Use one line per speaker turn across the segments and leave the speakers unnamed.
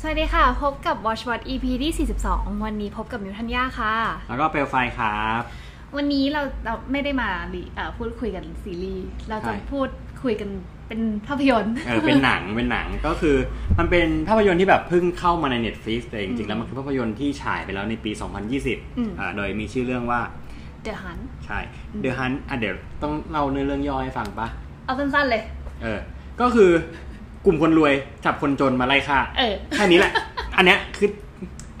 สวัสดีค่ะ พบกับ Watch What EP ที่ 42 วันนี้พบกับมิวทันยาค่ะ
แล้วก็เปลวไฟครับ
วันนี้เราเราไม่ได้มารีเอ่อพูดคุยกันซีรีส์เราจะ
ใช่
พูดคุยกันเป็นภาพยนตร์
เออ เป็นหนัง เป็นหนัง ก็คือมันเป็นภาพยนตร์ที่แบบเพิ่งเข้ามาใน Netflix แต่จ
อืม
ริงๆ แล้วมันคือภาพยนตร์ที่ฉายไปแล้วในปี
อืม
2020อ่าโดยมีชื่อเรื่องว่า
The Hunt
ใช่ The Hunt อ่ะเดี๋ยวต้องเล่าเนื้อเรื่องย่อให้ฟังปะ
เอาสั้นๆเลย
เออ ก็คือกลุ่มคนรวยจับคนจนมาไล่ฆ่า
เออ
แค่นี้แหละ อันเนี้ยคือ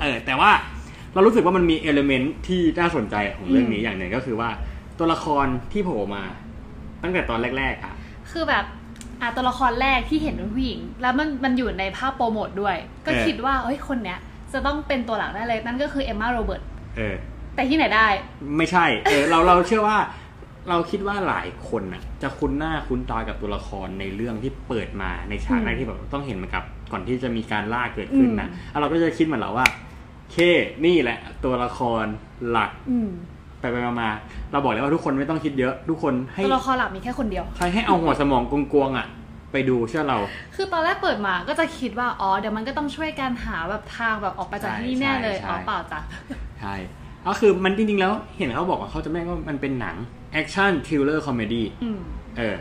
เออ แต่ว่าเรารู้สึกว่ามันมีเอลเมนต์ที่น่าสนใจของเรื่องนี้อย่างหนึ่งก็คือว่าตัวละครที่โผล่มา ตั้งแต่ตอนแรกๆอ่ะ
คือแบบอ่ะตัวละครแรกที่เห็นเป็นผู้หญิง แล้วมันมันอยู่ในภาพโปรโมทด้วย ก็
เออ
คิดว่าเฮ้ยคนเนี้ยจะต้องเป็นตัวหลักแน่เลย นั่นก็คือเอมมาโรเบิร์ต
เออ
แต่ที่ไหนได้
ไม่ใช่ เออ เรา เราเชื่อว่า เราคิดว่าหลายคนน่ะ จะคุ้นหน้าคุ้นตากับตัวละครในเรื่องที่เปิดมาในฉากแร
อื
ก
ม
ที่แบบต้องเห็นมันกับ ก่อนที่จะมีการล่าเกิดขึ้นนะ
อืม
อ่ะเราก็จะคิดเหมือนเราว่าเค นี่แหละ ตัวละครหลัก
อืม
ไปไปมามาเราบอกเลยว่าทุกคนไม่ต้องคิดเยอะ ทุกคนให้
ตัวละครหลักมีแค่คนเดียว
ใครให้เอาหัวสมองกวงๆอ่ะ ไปดูเชื่อเรา
คือตอนแรกเปิดมาก็จะคิดว่า อ๋อ เดี๋ยวมันก็ต้องช่วยกันหาแบบทางแบบออกไปจากที่นี่แน่เลย
ใช่ใช่
อ๋อเปล่าจ้ะ
ใช่ ก็คือมันจริงๆแล้วเห็นเขาบอกว่าเขาจะแม่งว่ามันเป็นหนังแอคชั่นทริลเลอร์คอมเมดี้
อืม
เออ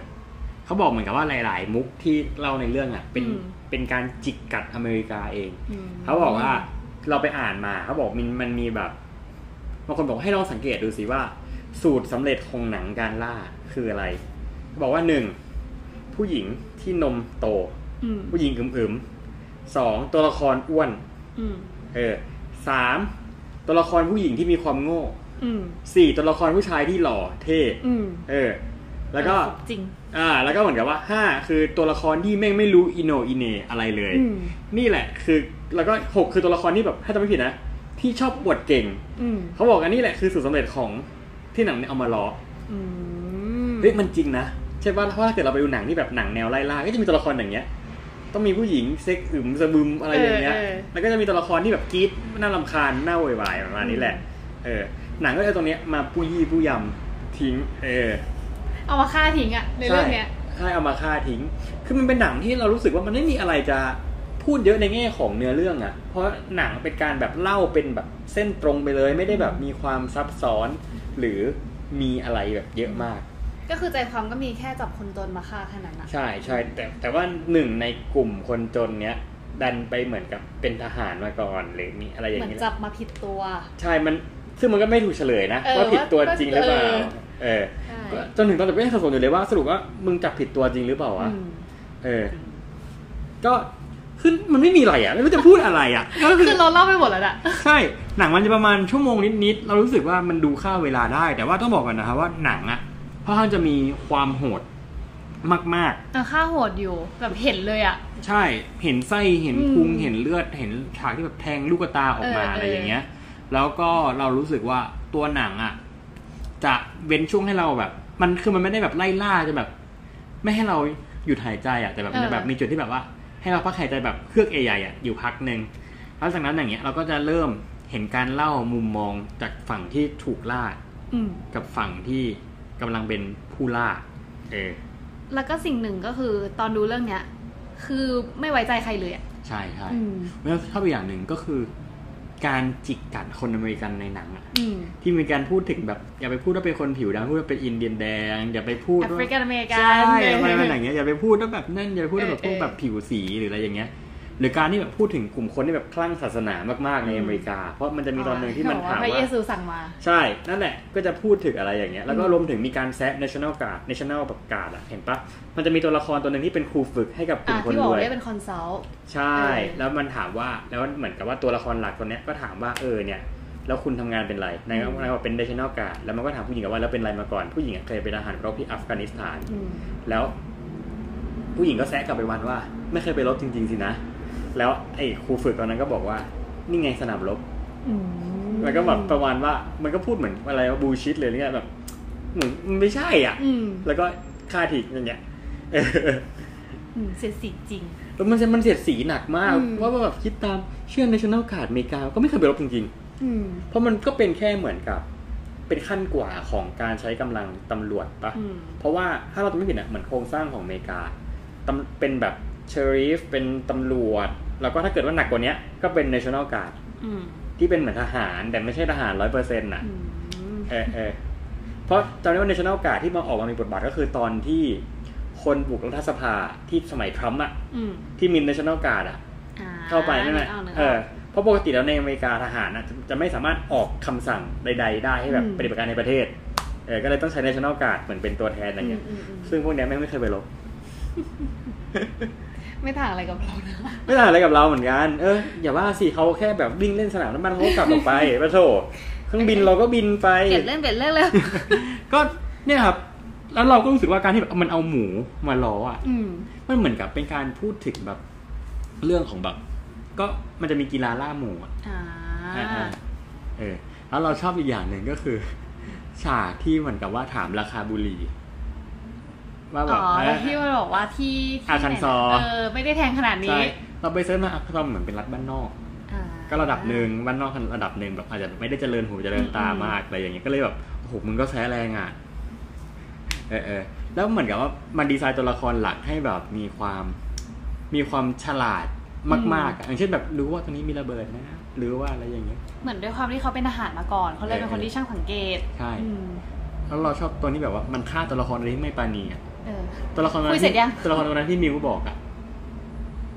เขาบอกเหมือนกับว่าหลาย ๆ มุกที่เล่าในเรื่องอ่ะ เป็น
อืม
เป็นการจิกกัดอเมริกาเอง
อืม
เขาบอกว่าเราไปอ่านมาเขาบอกมันมันมีแบบบางคนบอกให้ลองสังเกตดูสิว่า สูตรสำเร็จของหนังการล่าคืออะไรเขาบอกว่าหนึ่งผู้หญิงที่นมโต
อืม
ผู้หญิงอึมๆสองตัวละครอ้วน
อืม
เออสามตัวละครผู้หญิงที่มีความโง่
อืม
สี่ตัวละครผู้ชายที่หล่อเท่
อืม
เออ แล้วก็
จริง
อ่าแล้วก็เหมือนกับว่าห้าคือตัวละครที่แม่งไม่รู้อิโนอิเนอะไรเลย
อืม
นี่แหละคือแล้วก็หกคือตัวละครที่แบบถ้าจำไม่ผิดนะที่ชอบอวดเก่ง
อืม
เขาบอกอันนี้แหละคือสูตรสำเร็จของที่หนังเนี่ยเอามาล้อ
อืม
เฮ้ยมันจริงนะใช่ป่ะเพราะว่าถ้าเกิดเราไปดูหนังที่แบบหนังแนวไล่ล่าก็จะมีตัวละครอย่างเงี้ย ต้องมีผู้หญิงเซ็กอึมสะบึมอะไรอย่างเงี้ย
เออเออ
แล้วก็จะมีตัวละครที่แบบกรี๊ดน่ารำคาญน่าโวยวายประมาณนี้แหละเออหนังก็จะเอาตรงเนี้ยมาปุยยี่ปุยยำทิ้งเออ
เอามาฆ่าทิ้งอะในเรื่องเนี้ย
ใช่เอามาฆ่าทิ้ง คือมันเป็นหนังที่เรารู้สึกว่ามันไม่มีอะไรจะพูดเยอะในแง่ของเนื้อเรื่องอะ่ะ เพราะหนังเป็นการแบบเล่าเป็นแบบเส้นตรงไปเลย ไม่ได้แบบมีความซับซ้อน หรือมีอะไรแบบเยอะมาก
ก็คือใจความก็มีแค่จับคนจนมาฆ่าแค่นั้นอะ
ใช่ใช่แต่แต่ว่าหนึ่งในกลุ่มคนจนเนี้ยดันไปเหมือนกับเป็นทหารมาก่อนหรือมีอะไรอย่า
เห
ง
มือน
นี้
จับมาผิดตัว
ใช่มันซึ่งมันก็ไม่ถูกเฉลยนะ
เออ
ว่าผิดตัวจริงหรือเปล่า
เออ
เออ
ใช่
ก็จนถึงตอนนี้ก็ยังสับสนอยู่เลยว่าสรุปว่ามึงจับผิดตัวจริงหรือเปล่าวะ
อืม
เออ ก็คือมันไม่มีอะไรอ่ะ ไม่รู้จะพูดอะไรอ่ะ ก็คือ
คือเราเล่าไปหมดแล้วอะ
ใช่ หนังมันจะประมาณชั่วโมงนิดๆ เรารู้สึกว่ามันดูค่าเวลาได้ แต่ว่าต้องบอกกันนะครับว่าหนังอ่ะค่อนข้างจะมีความโหดมาก
อ่ะฆ่าโหดอยู่ แบบเห็นเลยอะ
ๆ ใช่ เห็นไส้ เห็น
อืม
พุง เห็นเลือด เห็นฉากที่แบบแทงลูกตาออกมา
เอออ
อะไรอย่างเงี้ย แล้วก็เรารู้สึกว่าตัวหนังอ่ะ จะเว้นช่วงให้เราแบบ มันคือมันไม่ได้แบบไล่ล่าจะแบบ ไม่ให้เราหยุดหายใจอ่ะแต่แบบมัน
เอ
จะ
อ
แบบมีจุดที่แบบว่า ให้เราพักหายใจแบบเครือกใหญ่ๆอ่ะอยู่พักหนึ่งแล้วจากนั้นอย่างเงี้ยเราก็จะเริ่มเห็นการเล่ามุมมองจากฝั่งที่ถูกล่า
อืม
กับฝั่งที่กำลังเป็นผู้ล่า เออ
แล้วก็สิ่งหนึ่งก็คือตอนดูเรื่องเนี้ย คือไม่ไว้ใจใครเลยอะ
ใช่ใช่
อืม
แล้วถ้าไปอย่างหนึ่งก็คือ การจิกกัดคนอเมริกันในหนังอ่ะ
อืม
ที่มีการพูดถึงแบบ อย่าไปพูดว่าเป็นคนผิวดำพูดว่าเป็นอินเดียนแดง อย่าไปพูด
แอฟ
ว่า
ริกันอเมริกัน
ใช่อะไรมันอย่างเงี้ยอย่าไปพูดว่าแบบนั่นอย่าไปพูดว่าแบบ
เอ
พว
อก เออ
แบบผิวสีหรืออะไรอย่างเงี้ย หรือการที่แบบพูดถึงกลุ่มคนที่แบบคลั่งศาสนามากๆใน
อืม
อเมริกา เพราะมันจะมีตอนหนึ่งที่มันถาม
พระเย
ว่า
ซูสั่งมา
ใช่นั่นแหละก็จะพูดถึงอะไรอย่างเงี้ยแล้วก็
อืม
รวมถึงมีการแซะ national guard national แบบการ์ดอะเห็นปะมันจะมีตัวละครตัวหนึ่งที่เป็นครูฝึกให้กับก
อ่ะ
ลุ่มคน
ที่บอก
รวย
ได้เป็นคอนซัลท์
ใช่
เออ
แล้วมันถามว่า แล้วเหมือนกับว่าตัวละครหลักคนเนี้ยก็ถามว่าเออเนี่ย แล้วคุณทำงานเป็นไร นายก็นายบอกเป็น national guard แล้วมันก็ถามผู้หญิงกบว่าแล้วเป็นอะไรมาก่อน ผู้หญิงอะเคยเป็นทหารรบที่อัฟกานิสถาน
อืม
แล้วผู้หญิงก็แซะกลับไปวันว่า ไม่เคยไปรบจริง ๆ สินะ แล้วไอ้ครูฝึกตอนนั้นก็บอกว่า นี่ไงสนามรบ
อืม
แล้วก็แบบประมาณว่ามันก็พูดเหมือนอะไรบูชิดเลยเนี่ยแบบเหมือนมันไม่ใช่อ่ะ
อืม
แล้วก็ฆ่าทิ้งอย่างเงี้ยเออ
อืมเสียดสีจริง
แล้วมันมันเสียดสีหนักมาก
อืม
เพราะว่าแบบคิดตามเชื่อ national guard อเมริกาก็ไม่เคยไปรบจริง
อืม
ๆ เพราะมันก็เป็นแค่เหมือนกับ เป็นขั้นกว่าของการใช้กำลังตำรวจปะ
อืม
เพราะว่าถ้าเราจำไม่ผิดนะเหมือนโครงสร้างของอเมริกาตำเป็นแบบเชอริฟเป็นตำรวจ แล้วก็ถ้าเกิดว่าหนักกว่าเนี้ยก็เป็น national guard
อืม
ที่เป็นเหมือนทหารแต่ไม่ใช่ทหารร้อยเปอร์เซ็นต์น่ะ
อืม
เออเออเพราะจำได้ว่า national guard ที่มาออกมามีบทบาทก็คือตอนที่คนบุกรัฐสภาที่สมัยทรัมป์อะ
อืม
ที่มี national guard อะ
อ่
เข้าไปนั่นแหละ
กออกก
เออเพราะปกติแล้วในอเมริกาทหารนะจะจะไม่สามารถออกคำสั่งใด ๆ ได้ให้แบบปฏิบัติการในประเทศ เออ ก็เลยต้องใช้ national guard เหมือนเป็นตัวแทนอะไรเงี้ย
มมอืม
ซึ่งพวกเนี้ยแม่งไม่เคยไปรบ
ไม่ต่างอะไรกับเรานะ
ไม่ต่างอะไรกับเราเหมือนกัน เออ อย่าว่าสิเขาแค่แบบวิ่งเล่นสนามน้ำมันเขาก็กลับออกไป ปะโถเครื่องบินเราก็บินไป
เปลี่ยนเรื่องเปลี่ยนเรื่องเลย
ก็เนี่ยครับ แล้วเราก็รู้สึกว่าการที่แบบมันเอาหมูมาล้ออ่ะ
อืม
มันเหมือนกับเป็นการพูดถึงแบบเรื่องของแบบ ก็มันจะมีกีฬาล่าหมูอะ
อ่า
อ่าอ่าเออแล้วเราชอบอีกอย่างหนึ่งก็คือ ฉากที่เหมือนกับว่าถามราคาบุหรี่ว่าแบ
อ๋
บ
อ
เอ่อ
ที่มันบอกว่าที่
อา
ที่
คันซอ
ไหะเออ ไม่ได้แทงขนาด
ใช่
นี้
เราไปเซิร์ชมาอัพเราเหมือนเป็นรัฐบ้านนอก
อ่า
ก็ระดับหนึ่งบ้านนอกระดับหนึ่งแบบอาจจะไม่ได้เจริญหูเจริญตา
อืม
มากอะไรอย่างเงี้ยก็เลยแบบโอ้โหมึงก็แซะแรงอ่ะเออเออแล้วเหมือนกับว่ามันดีไซน์ตัวละครหลักให้แบบมีความมีความฉลาดมากๆอะอย่างเช่นแบบรู้ว่าตรงนี้มีระเบิดนะหรือว่าอะไรอย่างเงี้ย
เหมือนด้วยความที่เขาเป็นอาหารมาก่อน เขาเลย
เออ
เป็นคนที่ช่างสังเกต
ใช่
อืม
แล้วเราชอบตัวนี้แบบว่ามันฆ่าตัวละครอะไรที่ไม่ปราณีอ่ะ
เออ
ตัวละครนั้น
คุยเสร็จยัง
ตัวละครตัวนั้นที่มิวบอกอ่ะ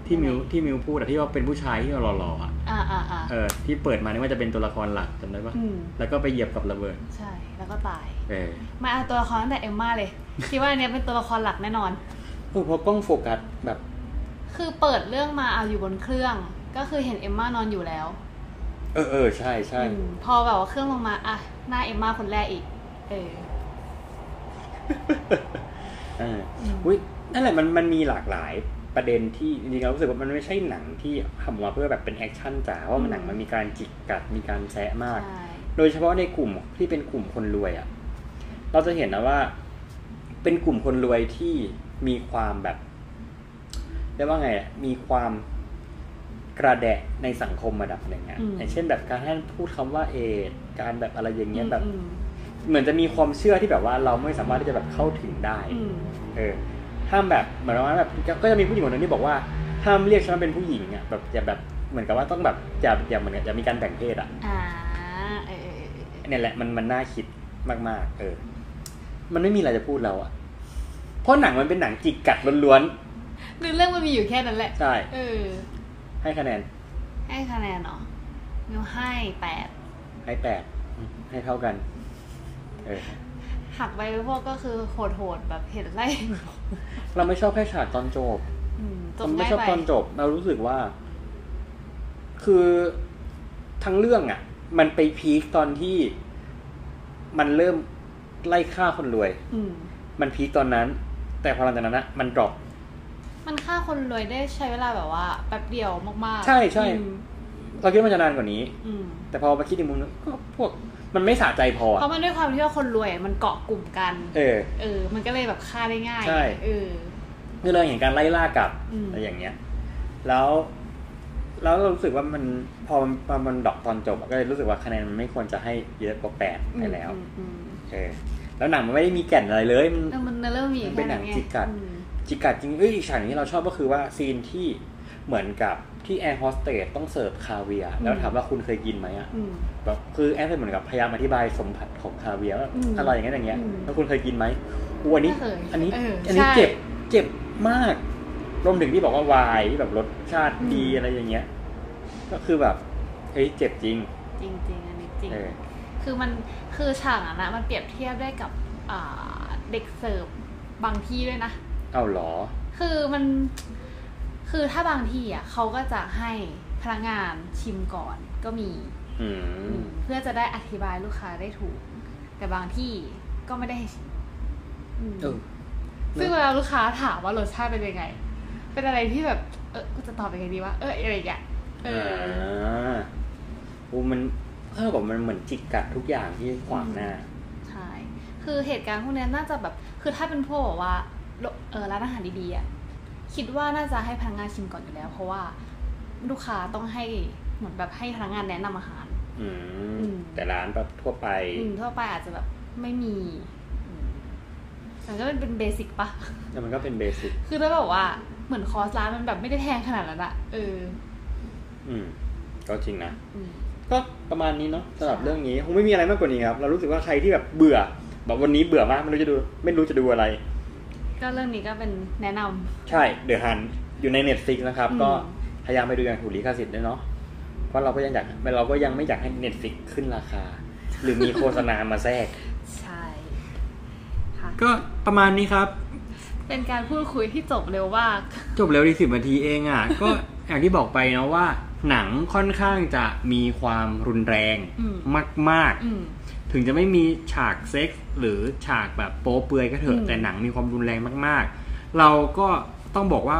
ที่มิวที่มิวพูดอ่ะที่ว่าเป็นผู้ชายที่หล่อๆอ่ะ
อ่าอ่าอ่า
เออที่เปิดมานี่ว่าจะเป็นตัวละครหลักจำได้ปะ
อืม
แล้วก็ไปเหยียบกับระเบิด
ใช่ แล้วก็ตาย
เออ
มาเอาตัวละครตั้งแต่เอมมา เลย คิดว่าอันเนี้ยเป็นตัวละครหลักแน่นอน
โอ้พอกล้องโฟกัสแบบ
คือเปิดเรื่องมาเอาอยู่บนเครื่อง ก็คือเห็นเอมมานอนอยู่แล้ว
เออเออใช่ใช่
อืมพอแบบว่าเครื่องลงมา อ่ะ หน้าเอมมาคนแรกอีก เออ
เออ
อืม
อุ้ยนั่นแหละมันมันมีหลากหลายประเด็นที่จริงๆเรารู้สึกว่ามันไม่ใช่หนังที่ทำมาเพื่อแบบเป็นแอคชั่นจ๋าว่ามันหนังมันมีการจิกกัดมีการแซะมาก
ใช่
โดยเฉพาะในกลุ่มที่เป็นกลุ่มคนรวยอะ่ะ เราจะเห็นนะว่า เป็นกลุ่มคนรวยที่มีความแบบเรียกว่าไงอะมีความกระแดะในสังคมระดับหนึ่งอะ
อืม
อย่างเช่นแบบการให้พูดคำว่าเอดการแบบอะไรอย่างเงี้ยแบบ
อืม
เหมือนจะมีความเชื่อที่แบบว่าเราไม่สามารถที่จะแบบเข้าถึงได้
อืม
เออห้ามแบบเหมือนว่าแบบก็จะมีผู้หญิงคนหนึงที่บอกว่าห้ามเรียกฉันว่าเป็นผู้หญิงอ่ะแบบอย่าแบบเหมือนกับว่าต้องแบบอย่าอย่าเหมือนกับอย่ามีการแบ่งเพศอ่ะ
อ่า เออเออเออ
เนี่ยแหละมันมันน่าคิดมาก ๆ เออ มันไม่มีอะไรจะพูดแล้วอะเพราะหนังมันเป็นหนังจิกกัดล้วน
หรือเรื่องมันมีอยู่แค่นั้นแหละ
ๆ ใช่
เออ
ให้คะแนน
ให้คะแนนเนาะมิวให้แปด
ให้แปดให้เท่ากัน เออ
หักไปพวกก็คือโหดๆแบบเห็นไล่
เราไม่ชอบแค่ฉากตอนจบ
อืมจ
เรา
บ
ไม่
ง่าย
ชอบ
ไป
ตอนจบ เรารู้สึกว่า คือทั้งเรื่องอะมันไปพีคตอนที่มันเริ่มไล่ฆ่าคนรวย
อืม
มันพีคตอนนั้น แต่พอหลังจากนั้นอะมันดรอป
มันฆ่าคนรวยได้ใช้เวลาแบบว่าแป๊บเดียวมากๆ
ใช่ใช่
อืม
เราคิดว่ามันจะนานกว่านี้
อืม
แต่พอมาคิดอีกมุมนึงก็พวกมันไม่สะใจพอ
เพ
อะ
ราะมันด้วยความที่ว่าคนรวยมันเกาะกลุ่มกัน
เออ
เออ มันก็เลยแบบฆ่าได้ง่าย
ใช่
เออ
คือเราเห็นการไล่ล่ากลับ
อืม
อะไรอย่างเงี้ย แล้วแล้วเรารู้สึกว่ามันพอมันพอมันดรอกตอนจบอะก็เลยรู้สึกว่าคะแนนมันไม่ควรจะให้เยอะกว่าแปดไปแล้ว
อืมอืม
เออแล้วหนังมันไม่ได้มีแก่นอะไรเลยมัน
เออมันเริ่มมี
มันเป็นหนัง
แค่
จิกกัด
อืม
จิกกัดจริงเอ้ยอีกฉากหนึ่งที่เราชอบก็คือว่าซีนที่เหมือนกับที่แอร์โฮสเตสต้องเสิร์ฟคาเวียร์แล้วถามว่าคุณเคยกินไหมอะ
อืม
แบบคือแอร์เป็นเหมือนกับพยายามอธิบายสมผัสของคาเวียร์ว่า
อืม
อะไรอย่างเงี้ยอย่างเงี้ย
อืม
แล้วคุณเคยกินไหมอูอันนี้
ไม่เคย
อันนี้
เออ
อันนี้
ใช่
เจ็บเจ็บมากรวมถึงที่บอกว่าวายที่แบบรสชาติดีอะไรอย่างเงี้ย ก็คือแบบเฮ้ยเจ็บจริง
จริงๆอันนี้จริง
เออ
คือมันคือฉากนั้นนะมันเปรียบเทียบได้กับอ่าเด็กเสิร์ฟบางที่ด้วยนะ
เอาเหรอ
คือมัน คือถ้าบางที่อ่ะเขาก็จะให้พนักงานชิมก่อนก็มี
อื
อื
ม
มเพื่อจะได้อธิบายลูกค้าได้ถูก แต่บางที่ก็ไม่ได้ให้ชิมอืม
เออ
ซึ่งเวลาลูกค้าถามว่ารสชาติเป็นยังไง เป็นอะไรที่แบบ เออกูจะตอบยังไงดีวะเอออะไรอย่างเงี้ยเอออ
อาอูมันเท่ากับมันเหมือนจิกกัดทุกอย่างที่ขวางหน้า
ใช่ คือเหตุการณ์พวกเนี้ยน่าจะแบบ คือถ้าเป็นพวกแบบว่าโรเออร้านอาหารดีๆอ่ะ คิดว่าน่าจะให้พนักงานชิมก่อนอยู่แล้ว เพราะว่าลูกค้าต้องให้เหมือนแบบให้พนักงานแนะนำอาหาร
อืม
อืม
แต่ร้านแบบทั่วไป
อืมทั่วไปอาจจะแบบไม่มีอืมแต่ก็เป็นเบสิกปะ
แล้วมันก็เป็นเบสิก
คือถ้าแบบว่าเหมือนคอร์สร้านมันแบบไม่ได้แพงขนาดนั้นอะเออ
ก็จริงนะ
อืม
ก็ประมาณนี้เนาะสำหรับ
ใช่
เรื่องนี้คงไม่มีอะไรมากกว่านี้ครับ เรารู้สึกว่าใครที่แบบเบื่อ แบบวันนี้เบื่อมากไม่รู้จะดู ไม่รู้จะดูอะไร
ก็เรื่องนี้ก็เป็นแนะนำ
ใช่เดอะฮันอยู่ในเน็ตฟิกนะครับ
อืม
ก็พยายามไปดูอย่างถูกลิขสิทธิ์ด้วยเนาะเพราะเราก็ยังอยากเราก็ยังไม่อยากให้เน็ตฟิกขึ้นราคา หรือมีโฆษณามาแทรก
ใช่ค่ะ
ก็ประมาณนี้ครับ
เป็นการพูดคุยที่จบเร็วมาก
จบเร็วดีสิบนาทีเองอ่ะ ก็อย่างที่บอกไปนะว่า หนังค่อนข้างจะมีความรุนแรง
อืม
มาก
อืม
ๆ ถึงจะไม่มีฉากเซ็กส์หรือฉากแบบโป๊เปลือยก็เถอะ
อืม
แต่หนังมีความรุนแรงมากๆ เราก็ต้องบอกว่า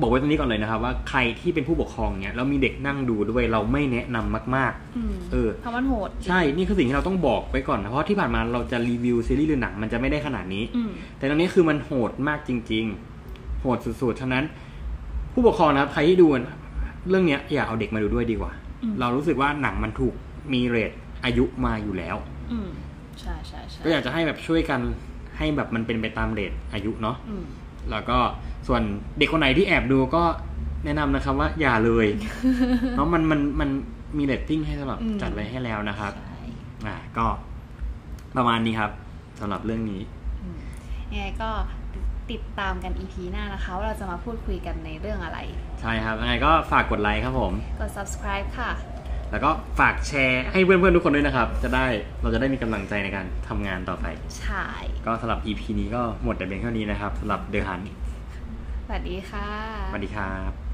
บอกไว้ตรงนี้ก่อนเลยนะครับ ว่าใครที่เป็นผู้ปกครองเนี่ยแล้วมีเด็กนั่งดูด้วยเราไม่แนะนำมาก
อืม
ๆ เออ
เพราะมันโหด
ใช่นี่คือสิ่งที่เราต้องบอกไว้ก่อนนะเพราะที่ผ่านมาเราจะรีวิวซีรีส์หรือหนังมันจะไม่ได้ขนาดนี้
อืม
แต่ตอนนี้คือมันโหดมากจริง ๆ โหดสุดๆ ฉะนั้น ผู้ปกครองนะครับ ใครที่ดูนะเรื่องเนี้ยอย่าเอาเด็กมาดูด้วยดีกว่า
อืม
เรารู้สึกว่าหนังมันถูกมีเรทอายุมาอยู่แล้ว
อืม ใช่ใช่ใช่
ก็อยากจะให้แบบช่วยกันให้แบบมันเป็นไปตามเรทอายุเนาะ
อืม
แล้วก็ส่วนเด็กคนไหนที่แอบดูก็แนะนำนะครับว่าอย่าเลย เนาะมันมันมันมีเรตติ้งให้สำหรับ
อืม
จัดไว้ให้แล้วนะครับ
ใช่
อ่าก็ประมาณนี้ครับสำหรับเรื่องนี้
อืมยังไงก็ติดตามกัน EP หน้านะคะ ว่าเราจะมาพูดคุยกันในเรื่องอะไร
ใช่ครับยังไงก็ฝากกดไลค์ครับผม
กด subscribe ค่ะ
แล้วก็ฝากแชร์ให้เพื่อนๆทุกคนด้วยนะครับ จะได้เราจะได้มีกำลังใจในการทำงานต่อไป
ใช่
ก็สำหรับ EP นี้ก็หมดแต่เพียงเท่านี้นะครับสำหรับเดอะฮัน
สวัสดีค่ะ
สวัสดีครับ